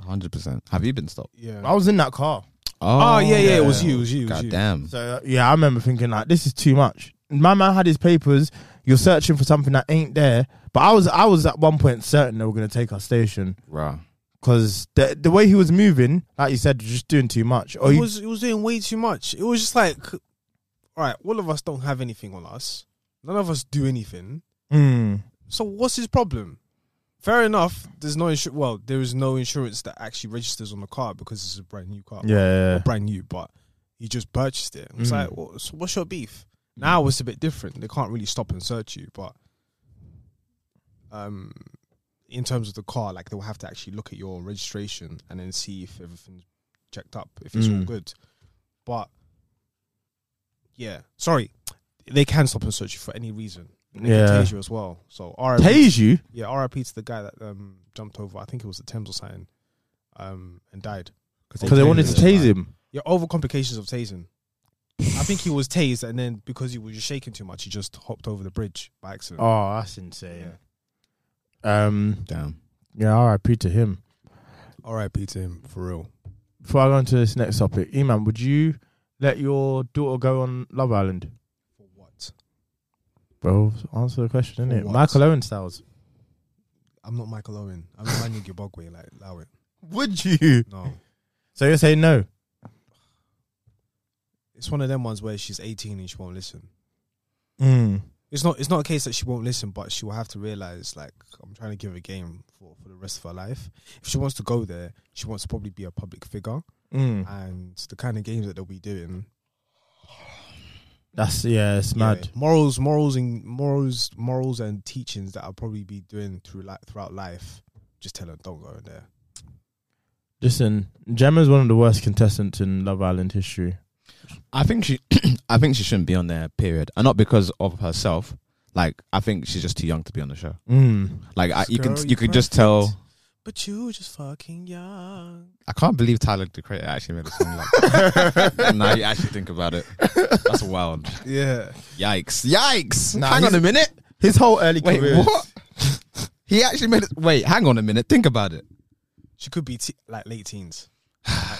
A: Hundred percent. Have you been stopped?
C: Yeah.
B: I was in that car.
A: Oh,
B: Oh, yeah, yeah, it was
A: yeah.
B: you, it was you, it was
A: God
B: you.
A: damn.
B: So uh, yeah, I remember thinking like, "This is too much." My man had his papers. You're searching for something that ain't there. But I was, I was at one point certain they were going to take our station,
A: right?
B: Because the the way he was moving, like you said, just doing too much. Or
C: it
B: he-
C: was it was doing way too much. It was just like, all right, all of us don't have anything on us. None of us do anything.
B: Mm.
C: So what's his problem? Fair enough. There's no insurance. Well, there is no insurance that actually registers on the car because it's a brand new car.
B: Yeah, yeah, yeah.
C: Not brand new, but He just purchased it. It's
B: Mm.
C: like, well, so what's your beef? Now it's a bit different. They can't really stop and search you, but um, in terms of the car, like they'll have to actually look at your registration and then see if everything's checked up, if it's all
B: Mm.
C: good. But yeah, sorry, they can stop and search you for any reason. And they can
B: Yeah.
C: tase you as well. So RIP,
B: Tase you?
C: Yeah, RIP to the guy that um, jumped over. I think it was the Thames or something, um, and died
B: 'Cause they wanted to tase him.
C: Yeah, over complications of tasing. I think he was tased, and then because he was shaking too much, he just hopped over the bridge by accident.
B: Oh, that's insane. Um,
A: damn.
B: Yeah, R.I.P. to him.
C: R.I.P. to him for real.
B: Before I go on to this next topic, Iman, would you let your daughter go on Love Island? For what? Bro, answer the question,
C: For
B: innit?
C: what?
B: Michael Owen styles.
C: I'm not Michael Owen. I'm not Manu Gibogwe. Like, allow it.
B: Would you?
C: No.
B: So you're saying no?
C: It's one of them ones where she's 18 and she won't listen.
B: Mm.
C: It's not. It's not a case that she won't listen, but she will have to realize. Like, I'm trying to give a game for for the rest of her life. If she wants to go there, she wants to probably be a public figure,
B: Mm.
C: and the kind of games that they'll be doing.
B: That's yeah, it's mad.
C: Yeah, morals, morals, and morals, morals, and teachings that I'll probably be doing through like throughout life. Just tell her don't go in there.
B: Listen, Gemma's one of the worst contestants in Love Island history.
A: I think she, I think she shouldn't be on there. Period, and not because of herself. Like I think she's just too young to be on the show.
B: Mm.
A: Like I, you can,
C: Girl,
A: you can just
C: perfect.
A: tell.
C: But you just fucking young.
A: I can't believe Tyler the Creator actually made a song like that. now you actually think about it. That's wild.
C: Yeah.
A: Yikes! Yikes!
B: Nah,
A: hang on a
B: he's-
A: minute.
B: His whole early
A: Wait,
B: career. is-
A: what? He actually made it. Wait, hang on a minute. Think about it.
C: She could be te- like late teens, like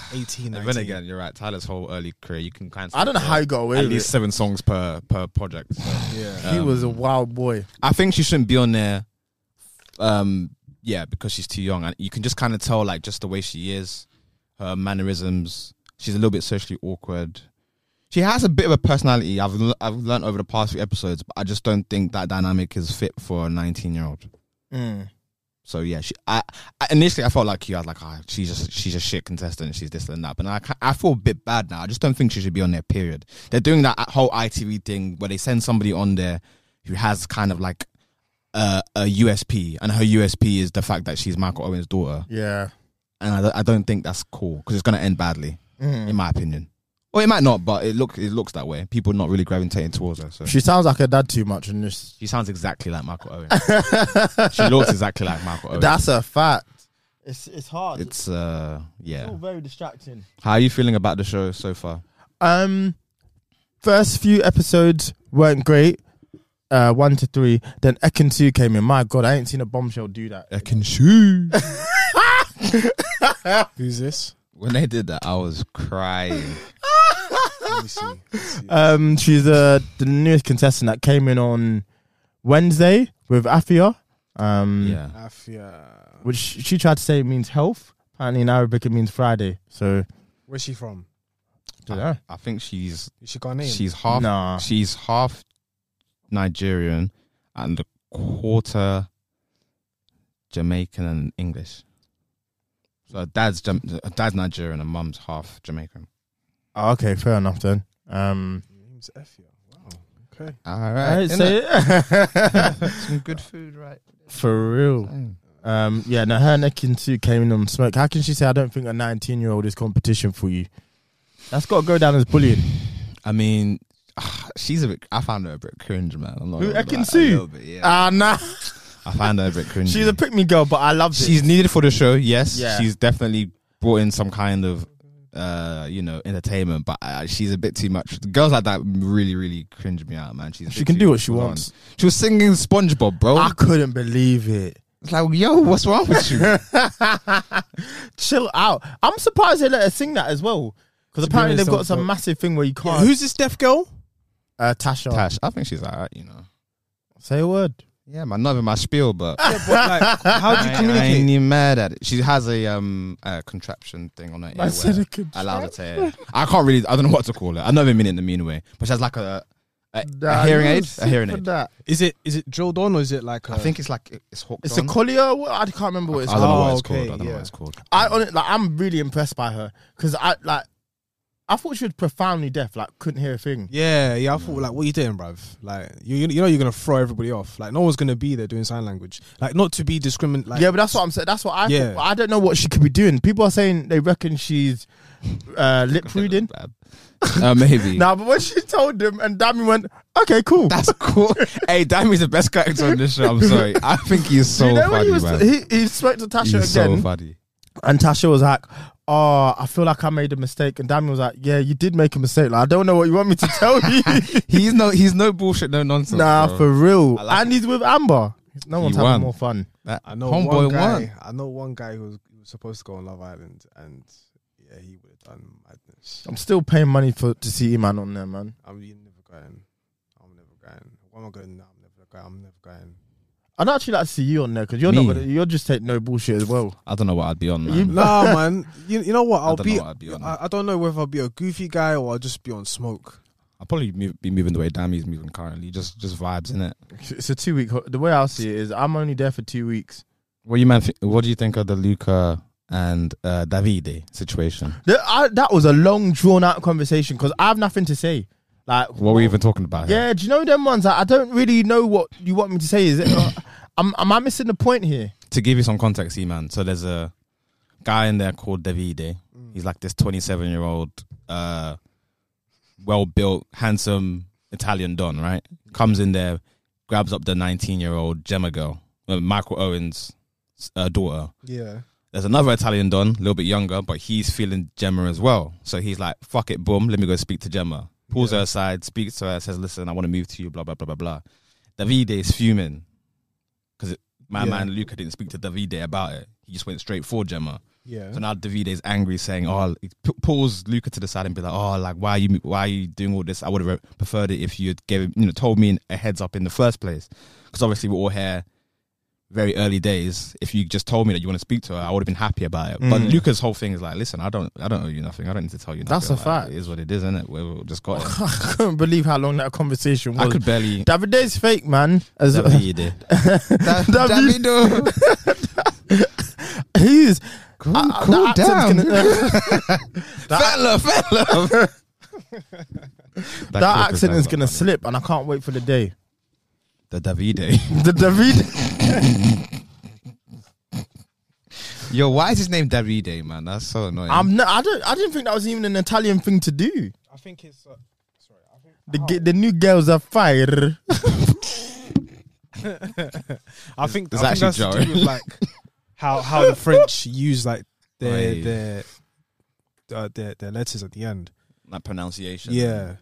A: And
C: 18, 19.
A: then again, you're right. Tyler's whole early career, you can cancel.
B: I don't know
A: it
B: how
A: for
B: he got away
A: At
B: with
A: least
B: it.
A: seven songs per per project. So,
C: Yeah.
B: He
A: um,
B: was a wild boy.
A: I think she shouldn't be on there. Um, yeah, because she's too young, and you can just kind of tell, like, just the way she is, her mannerisms. She's a little bit socially awkward. She has a bit of a personality. I've l- I've learned over the past few episodes, but I just don't think that dynamic is fit for a 19 year old.
B: Mm.
A: So yeah, she. I, I initially I felt like you. I was like, ah, she's just she's a shit contestant. She's this and that. But now I ca- I feel a bit bad now. I just don't think she should be on there. Period. They're doing that whole ITV thing where they send somebody on there who has kind of like uh, a USP, and her USP is the fact that she's Michael Owen's daughter.
B: Yeah.
A: And I, don't- I don't think that's cool because it's going to end badly,
B: Mm.
A: in my opinion. Or it might not, but it look it looks that way. People not really gravitating towards her. So
B: She sounds like her dad too much in this.
A: she sounds exactly like Michael Owen. she looks exactly like Michael Owen.
B: That's a fact. It's it's hard.
A: it's uh yeah.
B: very distracting.
A: How are you feeling about the show so far?
B: Um, first few episodes weren't great. Uh, one to three. Then Ekin two came in. My God, I ain't seen a bombshell do that.
A: I can shoot.
C: Who's this?
A: When they did that, I was crying.
C: Let me see.
B: Um, she's uh, the newest contestant that came in on Wednesday with Afia. Um,
A: Yeah.
C: Afia.
B: which she tried to say means health. Apparently in Arabic it means Friday. So
C: Where's she from?
A: I, I think she's
C: Is she Ghanaian?
A: she's half
B: Nah.
A: she's half Nigerian and a quarter Jamaican and English. So her dad's Jam- her dad's Nigerian and mum's half Jamaican.
B: oh, okay, fair enough then. Um,
C: Name's Afia. Wow. Okay.
A: All
B: Alright, so-
A: some good food, right?
B: for real. Um, yeah, now her and Ekin too came in on smoke. How can she say I don't think a 19 year old is competition for you? That's got to go down as bullying.
A: I mean, she's a bit. I found her a bit cringe, man. I'm not
B: Who
A: gonna
B: Ekin
A: lie, a
B: Su?
A: little bit, yeah.
B: Ah, nah.
A: I found her a bit cringe.
B: She's a pick me girl, but I love it.
A: she's needed for the show. Yes,
B: Yeah.
A: she's definitely brought in some kind of, uh, you know, entertainment. But uh, she's a bit too much. Girls like that really, really cringe me out, man. She's a
B: She
A: bit
B: can
A: too
B: do what she
A: full on.
B: wants.
A: She was singing SpongeBob, bro.
B: I couldn't believe it.
A: it's like, yo, what's wrong with you?
B: Chill out. I'm surprised they let her sing that as well. Because
C: be
B: apparently
C: honest,
B: they've got
C: I'm-
B: some massive thing where you can't.
C: who's this deaf girl?
B: uh, Tasha?
A: Tash, I think she's alright, you know.
B: Say a word.
A: Yeah, man, not even my spiel, but
C: How do
A: I-
C: you
A: I ain't
C: communicate?
A: even mad at it. She has a um a contraption thing on her ear.
B: I said
A: where
B: a contraption.
A: I allowed her to hear. I can't really. I don't know what to call it. I never mean it in a mean way, but she has like a a,
B: Nah,
A: a hearing
B: you
A: aid. A
B: sick
A: hearing
B: for
A: aid.
B: That.
C: Is it is it drilled on or is it like? I
A: I think it's like Uh, it's hooked.
B: It's
A: on.
B: a collier. What? I can't remember what it's
A: I don't know
B: called.
A: what
C: Oh,
A: it's
C: okay,
A: called. I don't know
C: yeah.
A: what it's called.
B: I on like I'm really impressed by her because I like I thought she was profoundly deaf, like couldn't hear a thing.
C: Yeah, yeah. I thought like, what are you doing, bruv? Like, you you know you're gonna throw everybody off. Like, no one's gonna be there doing sign language. Like, not to be discriminant. Like,
B: yeah, but that's what I'm saying. That's what I.
C: Yeah.
B: Thought. I don't know what she could be doing. People are saying they reckon she's uh, lip reading.
A: Uh, maybe.
B: Nah, but when she told them, and Dami went, "Okay, cool, that's
A: cool." hey, Dami's the best character on this show. I'm sorry. I think he's so
B: you know when
A: funny,
B: he was
A: man.
B: he, he spoke to Tasha
A: He's so
B: again,
A: funny.
B: and Tasha was like. Oh, I feel like I made a mistake, and Dami was like, "Yeah, you did make a mistake. Like, I don't know what you want me to tell you."
A: he's no, he's no bullshit, no nonsense.
B: nah,
A: bro.
B: for real.
A: I like
B: and he's with Amber. No
A: He
B: one's
A: won.
B: having more fun.
A: That
C: I know
A: homeboy
C: one guy.
A: won.
C: I know one guy who was, who was supposed to go on Love Island, and yeah, he would have done madness.
B: I'm still paying money for to see Iman on there, man.
C: I'm you're never going. I'm never going. Why am I going? No, I'm never going. I'm never going.
B: I'd actually like to see you on there because you're
A: Me?
B: not. Gonna, you'll just take no bullshit as well.
A: I don't know what I'd be on, man.
B: You-
C: Nah, man. You, you know what?
A: I
C: I'll
A: don't
C: be.
A: know what I'd be on.
C: I, I don't know whether I'll be a goofy guy or I'll just be on smoke.
A: I'll probably move, be moving the way Dami's moving currently. Just, just vibes in it.
B: It's a two week. The way I see it is, I'm only there for two weeks.
A: What you man? thi- what do you think of the Luca and uh, Davide situation?
B: That, I, that was a long, drawn out conversation because I have nothing to say. Like,
A: What were we even talking about? here?
B: yeah, do you know them ones? Like, I don't really know what you want me to say. Is it? uh, am, am I missing the point here?
A: to give you some context, E man. So there's a guy in there called Davide. He's like this 27 year old, uh, well built, handsome Italian don. Right, comes in there, grabs up the 19 year old Gemma girl, uh, Michael Owens' uh, daughter.
C: Yeah.
A: There's another Italian don, a little bit younger, but he's feeling Gemma as well. So he's like, fuck it, boom, let me go speak to Gemma. Pulls her aside, speaks to her, says, listen, I want to move to you, blah, blah, blah, blah, blah. Davide is fuming because my
C: Yeah.
A: man Luca didn't speak to Davide about it. He just went straight for Gemma.
C: Yeah.
A: So now Davide's angry, saying, "Oh," he p- pulls Luca to the side and be like, "Oh, like why are you why are you doing all this? I would have preferred it if you had gave you know told me a heads up in the first place, because obviously we're all here." Very early days. If you just told me that you want to speak to her, I would have been happy about it. But
B: Mm.
A: Luca's whole thing is like, listen, I don't, I don't owe you nothing. I don't need to tell you.
B: That's
A: nothing.
B: a
A: Like,
B: fact.
A: It is what it is, isn't it? We we just got it.
B: I couldn't believe how long that conversation
A: I
B: was.
A: could barely.
B: Davide's fake, man. As
A: Davide.
B: David-
A: Davido.
B: He's
A: Cool,
B: I- I-
A: cool
B: that Uh, accent's uh,
A: down. Fella,
B: that,
A: fella.
B: that accent is gonna slip, and I can't wait for the day.
A: the Davide.
B: The David.
A: Yo, why is his name Davide, man? That's so annoying.
B: I'm not, I don't. I didn't think that was even an Italian thing to do.
C: I think it's. Uh, sorry. I think.
B: The ge- the new girls are fire.
C: I think,
A: There's
C: I think that's
A: actually
C: to do
A: Joe.
C: with like how how the French use like their
A: Oi.
C: their, uh, their their letters at the end.
A: like pronunciation.
C: Yeah.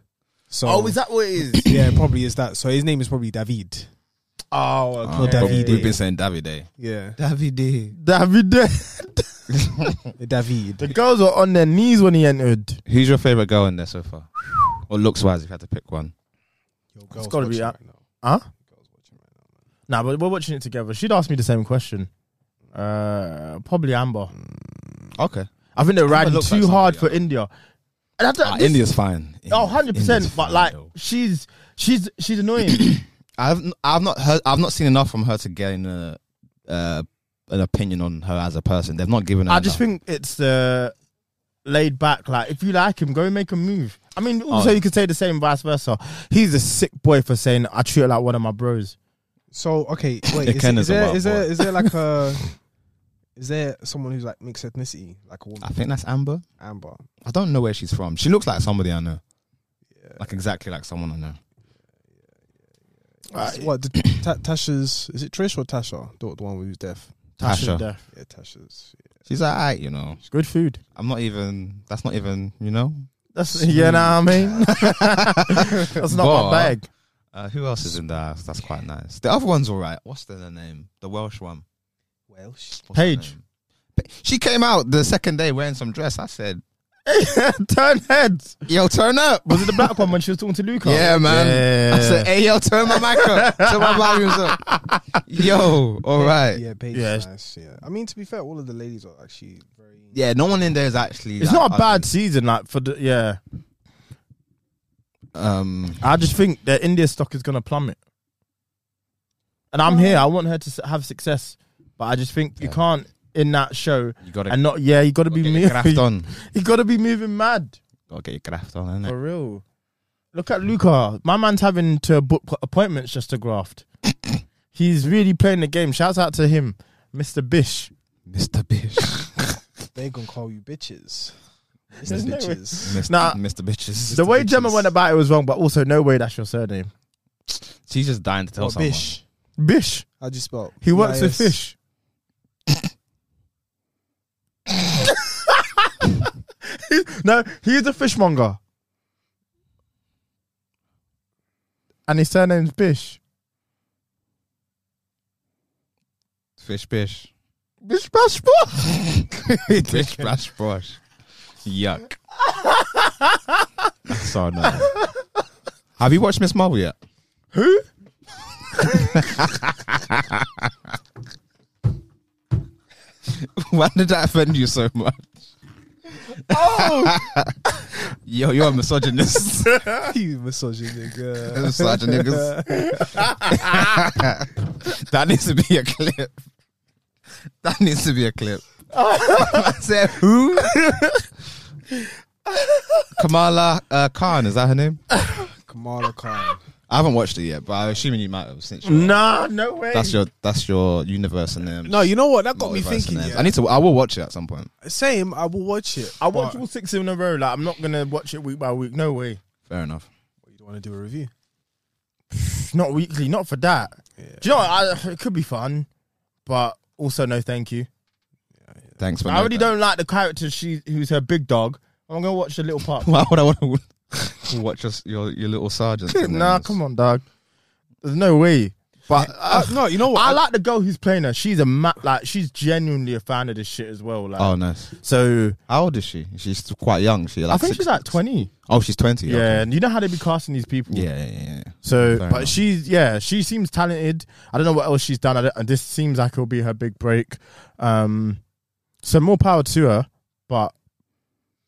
C: So
B: Oh, is that what it is?
C: yeah, it probably is that. So his name is probably David.
B: Oh,
A: Oh,
B: okay.
A: but we- We've
C: Davide.
A: been saying Davide.
C: Yeah,
A: Davide.
B: Davide. The
C: Uh, David.
B: girls were on their knees when he entered.
A: Who's your favorite girl in there so far? Or looks wise, if you had to pick one.
C: It's
B: gotta be that. Huh? Nah, but we're watching it together. She'd asked me the same question. Uh, probably Amber.
A: Okay.
B: I think they're riding
A: looks like
B: too hard for
A: somebody,
B: India. And I don't-
A: Ah,
B: this-
A: India's fine.
B: Oh, 100 percent.
A: India's
B: But
A: fine,
B: like,
A: though.
B: she's she's she's annoying.
A: I've n- I've not heard I've not seen enough from her to gain a, uh, an opinion on her as a person. They've not given. Her
B: I just
A: enough.
B: think it's uh, laid back. Like, if you like him, go make a move. I mean, also
A: Oh.
B: you could say the same vice versa. He's a sick boy for saying I treat her like one of my bros.
C: So okay, wait.
A: Yeah,
C: Is,
A: Ken is
C: is
A: a
C: there
A: wild
C: is there
A: boy.
C: is there like a is there someone who's like mixed ethnicity, like a woman,
A: I think that's Amber.
C: Amber?
A: I don't know where she's from. She looks like somebody I know. Like exactly like someone I know.
C: It's what the, Ta- Tasha's? Is it Trish or Tasha? The, the one who's deaf.
A: Tasha.
B: Tasha.
C: Yeah, Tasha's. Yeah.
A: She's like, alright, you know.
B: It's uh, good food.
A: I'm not even that's not even, you know.
B: That's you know what I mean. That's not
A: But-
B: my bag.
A: Uh, who else is in there? That's quite nice. The other one's alright. What's the name? The Welsh one.
C: Welsh.
A: What's her
B: Paige.
A: name? Pa- She came out the second day wearing some dress. I said,
B: Turn heads.
A: Yo, turn up.
B: Was it the black one when she was talking to Luca?
A: Yeah, man. I
B: Yeah.
A: said, hey, yo, turn my mic up. turn my volumes up. Yo, all right. Yeah,
C: Yeah, Paige.
B: Yeah.
C: Yeah. Nice. Yeah. I mean, to be fair, all of the ladies are actually very.
A: no one in there is actually.
B: it's
A: like,
B: not a bad
A: ugly.
B: season. Like for the yeah,
A: Um,
B: I just think that India stock is gonna plummet. And I'm here. I want her to s- have success, but I just think you
A: Yeah.
B: can't in that show
A: you got to
B: and not. Yeah, you got to be
A: get your
B: moving.
A: graft on.
B: You got to be moving mad.
A: Gotta get your graft on, innit?
B: For real. Look at Luca. My man's having to book p- appointments just to graft. He's really playing the game. Shouts out to him, Mr. Bish.
A: Mr. Bish.
G: They gonna call you bitches.
B: There's
G: Mr.
B: no way.
G: bitches.
B: Nah,
A: Mr. Bitches.
B: The way Gemma went about it was wrong, but also no way that's your surname.
A: She's just dying to tell
B: What,
A: someone.
B: Bish? Bish.
G: How'd you spell?
B: He works with
G: B I S.
B: fish. no, he is a fishmonger. And his surname's Bish.
A: Fish Bish.
B: Bish Bash
A: Bish Bash Bosh. Yuck. so no. Have you watched Miss Marvel yet?
B: Who?
A: Why did that offend you so much?
G: Oh!
A: Yo, you're a misogynist.
G: you misogynistic.
A: Massaging niggas. that needs to be a clip. That needs to be a clip. I said who? Kamala uh, Khan, is that her name?
G: Kamala Khan.
A: I haven't watched it yet, but I'm assuming you might have since. you're-
B: Nah, no way.
A: That's your that's your universe and them.
G: No, you know what? That got me
A: multiverse
G: thinking,
A: and them.
G: yeah.
A: I need to. I will watch it at some point.
G: Same. I will watch it.
B: I watch all six in a row. Like I'm not gonna watch it week by week. No way.
A: Fair enough.
G: You don't want to do a review.
B: Not weekly. Not for that. Do you know? What? I, it could be fun, but also no, thank you.
A: Thanks, but
B: I
A: no
B: already don't like the character. She who's her big dog. I'm gonna watch the little part.
A: Why would I want to watch your your, your little sergeant? and them?
B: nah, come on, dog. There's no way. But uh, no, you know what? I, like the girl who's playing her. She's a ma- like she's genuinely a fan of this shit as well. Like,
A: Oh, nice.
B: So,
A: how old is she? She's quite young. She, like
B: I think
A: six-
B: she's like 20.
A: Oh, she's twenty.
B: Yeah,
A: okay.
B: and you know how they be casting these people.
A: Yeah, yeah, yeah, yeah.
B: So,
A: Fair
B: but
A: enough.
B: she's yeah, she seems talented. I don't know what else she's done. I don't- and this seems like it'll be her big break. Um, so more power to her. But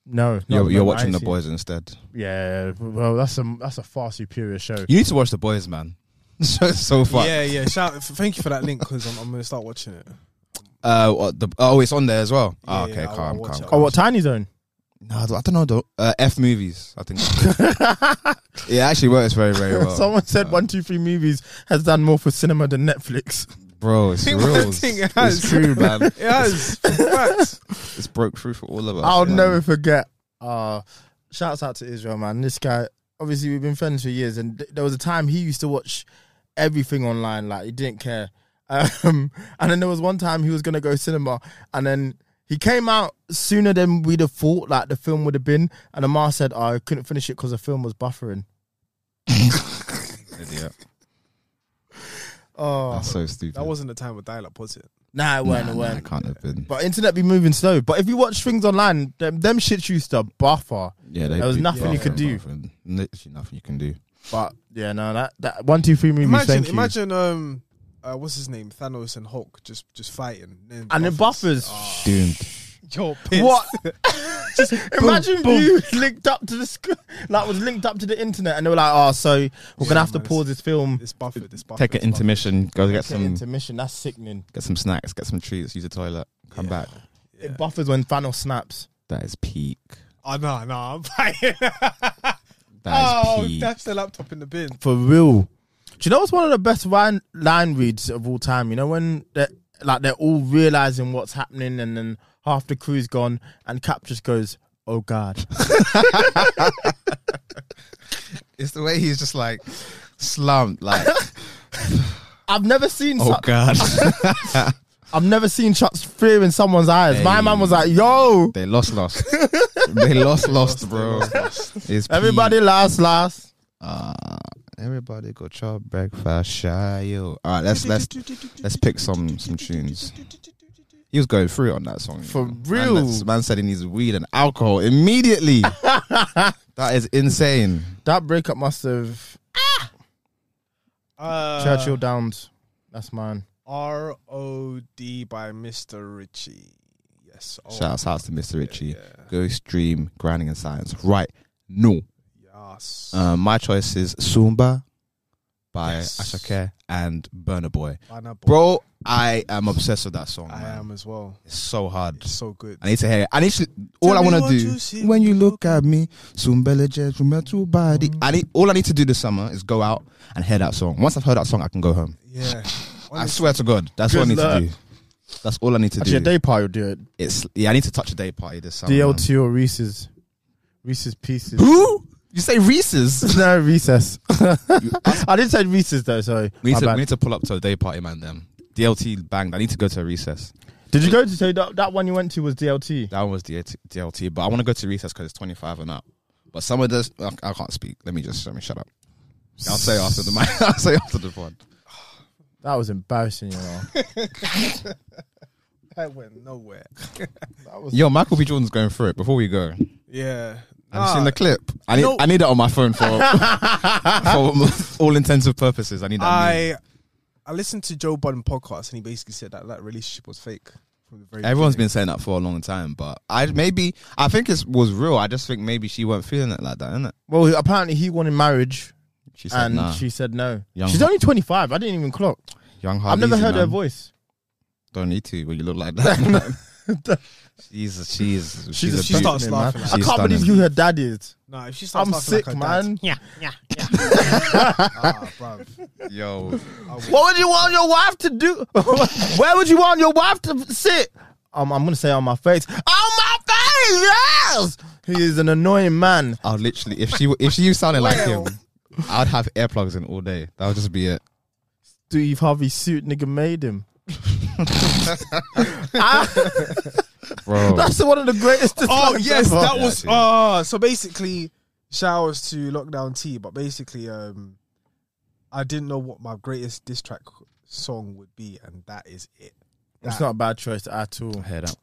B: no, not
A: You're,
B: the
A: you're
B: one that I
A: watching the
B: see.
A: boys instead.
B: Yeah, well, that's a that's a far superior show.
A: You need to watch the boys, man. so so far,
G: Yeah, yeah. Shout. f- Thank you for that link because I'm, I'm gonna start watching it.
A: Uh, what the, oh, it's on there as well. oh, okay,
G: I'll-
A: calm,
G: I'll watch
A: calm,
G: it.
A: calm.
B: Oh, what Tiny Zone?
A: No, I don't- I don't know. though. Uh, F movies, I think. it actually works very, very well.
B: Someone said one, two, three movies has done more for cinema than Netflix.
A: Bro, it's
B: It
A: real.
B: was- it has.
A: It's true, man.
B: It has.
A: It's, it's broke through for all of us.
B: I'll
A: man.
B: never forget. Uh, shouts out to Israel, man. This guy, obviously, we've been friends for years, and th- there was a time he used to watch everything online, like he didn't care. Um, and then there was one time he was gonna go cinema, and then he came out sooner than we'd have thought, like the film would have been. And Amar said, oh, I couldn't finish it because the film was buffering.
A: Idiot.
B: Oh,
A: That's so stupid.
G: That wasn't the time of dial-up, was it?
B: Nah, it weren't. it weren't.
A: can't have been.
B: But internet be moving slow. But if you watch things online, them, them shit used to buffer.
A: Yeah, they
B: there was
A: beat
B: nothing you
A: Barca and
B: could do.
A: Barca. Literally nothing you can do.
B: But yeah, no, that that one, two, three movies.
G: Imagine,
B: thank you.
G: imagine. Um, uh, what's his name? Thanos and Hulk just just fighting. Then
B: and the buffers.
A: Doomed.
G: Yo,
B: What?
G: Just
B: imagine
G: Oh, boom,
B: you linked up to the sc- like was linked up to the internet, and they were like, "Oh, so we're gonna have to pause this film."
G: It's buffered. It's buffered.
A: Take an intermission. Go get
B: Take an
A: some
B: intermission. That's sickening.
A: get some snacks. Get some treats. Use the toilet. Come back.
B: It buffers when Thanos snaps.
A: That is peak.
G: Oh no, no, I'm buying.
A: That is
G: oh,
A: peak.
G: that's the laptop in the bin.
B: For real. Do you know what's one of the best line, line reads of all time? You know when they're, like they're all realizing what's happening, and then half the crew's gone, and Cap just goes, "Oh God."
A: It's the way he's just like slumped. Like
B: I've never seen.
A: oh
B: such-
A: god.
B: I've never seen such fear in someone's eyes. My
A: Hey.
B: man was like, "Yo,
A: they lost, lost. they lost, lost, bro. It's
B: everybody last, last."
A: Uh, everybody go chop breakfast, shy yo. All right, let's let's let's pick some some tunes. He was going through it on that song you
B: For
A: know.
B: real?
A: Man, that's- man said he needs weed and alcohol immediately. that is insane.
B: That breakup must have
G: Uh,
B: Churchill Downs. That's mine.
G: R O D by Mr. Ritchie. Yes. Oh,
A: Shouts out to Mr. Richie. Go stream grinding and science right. No,
G: Yes.
A: uh, my choice is Sumba by
C: Yes.
A: Ashake and Burner Boy.
C: Burna Boy.
A: Bro, I am obsessed with that song.
C: I
A: man.
C: am as well.
A: It's so hard. It's
C: so good.
A: I need to hear it. I need to, all
C: Tell
A: I
C: me
A: want to
C: what
A: do
C: you see
A: when you look at me, Sumbele Jazz from my two body.
C: Mm-hmm.
A: I need all I need to do this summer is go out and hear that song. Once I've heard that song, I can go home.
C: Yeah.
A: I swear to God, that's what I need
B: Good luck.
A: to do. That's all I need to
B: Actually, a
A: do.
B: day party will do it.
A: It's yeah, I need to touch a day party this summer. Oh, man.
B: DLT or Reese's. Reese's Pieces.
A: Who? You say Reese's?
B: no, Recess. I didn't say Reese's though, sorry.
A: We
B: My
A: need, to,
B: bad.
A: we need to pull up to a day party, man. Then DLT banged. I need to go to a recess.
B: Did you go to, so that, that one you went to was DLT?
A: That one was DLT, DLT but I want to go to recess because it's twenty five and up. But some of this, I, I can't speak. Let me just let me shut up. I'll say after the mic. I'll say after the pod.
B: That was embarrassing, you know.
C: That went nowhere. that was
A: Yo, Michael B. Jordan's going through it. Before we go,
C: Yeah.
A: I've seen
C: Nah.
B: Ah.
A: the clip. I need
C: No.
A: I need it on my phone for for all intensive purposes. I need that. meme.
C: I I listened to Joe Budden podcast and he basically said that that relationship was fake from the very
A: Everyone's
C: beginning.
A: been saying that for a long time, but I maybe I think it was real. I just think maybe she wasn't feeling it like that, innit?
B: Well, apparently he wanted marriage.
A: She said
B: and
A: nah.
B: she said no.
A: Young
B: She's
A: Ho-
B: only 25. I didn't even clock.
A: Young
B: I've never
A: Hardy's,
B: heard
A: you
B: her
A: know.
B: voice.
A: Don't need to when you look like that. she's she's she's,
B: a
A: a
B: she starts
A: beauty,
B: laughing
A: man.
B: I
A: She's
B: can't believe
A: stunning.
B: who her dad is.
C: Nah, if she starts
B: I'm
C: laughing
B: sick,
C: like her dad-
B: man.
C: Yeah, yeah, yeah. Ah, bruv.
A: Yo,
B: What would you want your wife to do? Where would you want your wife to sit? Um, I'm gonna say on my face. On my face, yes. He is an annoying man.
A: I'll literally if she if she sounded like him, I'd have earplugs in all day. That would just be it.
B: Steve Harvey suit nigga made him. Ah,
A: Bro.
B: That's one of the greatest.
C: Oh
B: dislikes
C: yes,
B: ever.
C: that was ah. so basically, showers to lockdown tea, but basically, um, I didn't know what my greatest diss track song would be, and that is it.
B: It's not a bad choice at all.
A: Head up.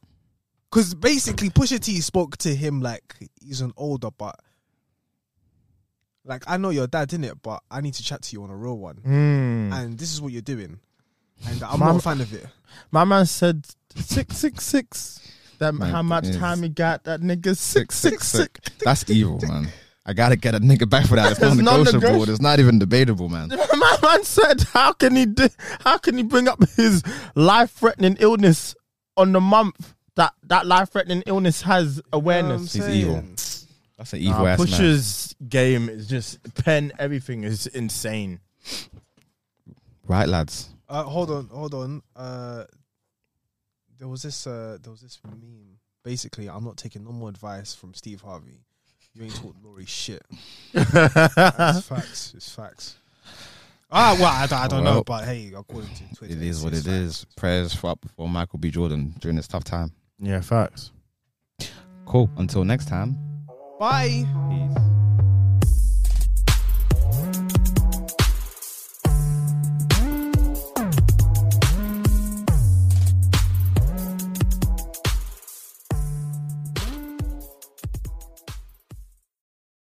C: Because basically, Pusha T spoke to him like he's an older, but like I know your dad in it, but I need to chat to you on a real one,
H: Hmm.
B: Mm.
C: and this is what you're doing, and I'm
B: Mum-
C: not a fan of it.
B: My man said six six six. That
A: My
B: how much
A: goodness.
B: time he got? That nigga six six six.
A: That's evil, man. I gotta get a nigga back for that. It's
B: It's
A: non-negotiable.
B: non-negotiable.
A: It's not even debatable, man.
B: My man said, "How can he do, How can he bring up his life-threatening illness on the month that that life-threatening illness has awareness?"
A: He's evil. That's an evil
B: Nah,
A: ass Um, man.
B: Pusher's game is just pen. Everything is insane.
A: Right, lads.
C: Uh, hold on, hold on. Uh, there was this, uh, there was this meme. Basically, I'm not taking no more advice from Steve Harvey. You ain't taught Nori shit. it's facts. It's facts. Ah, well, I, don't- I don't know,
A: Well,
C: but hey, according to Twitter,
A: It is
C: it's-
A: what
C: it's
A: it is. Prayers for, up for Michael B. Jordan during this tough time.
B: Yeah, facts.
A: Cool. Until next time.
C: facts. Bye.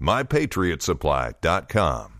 H: mypatriotsupply.com.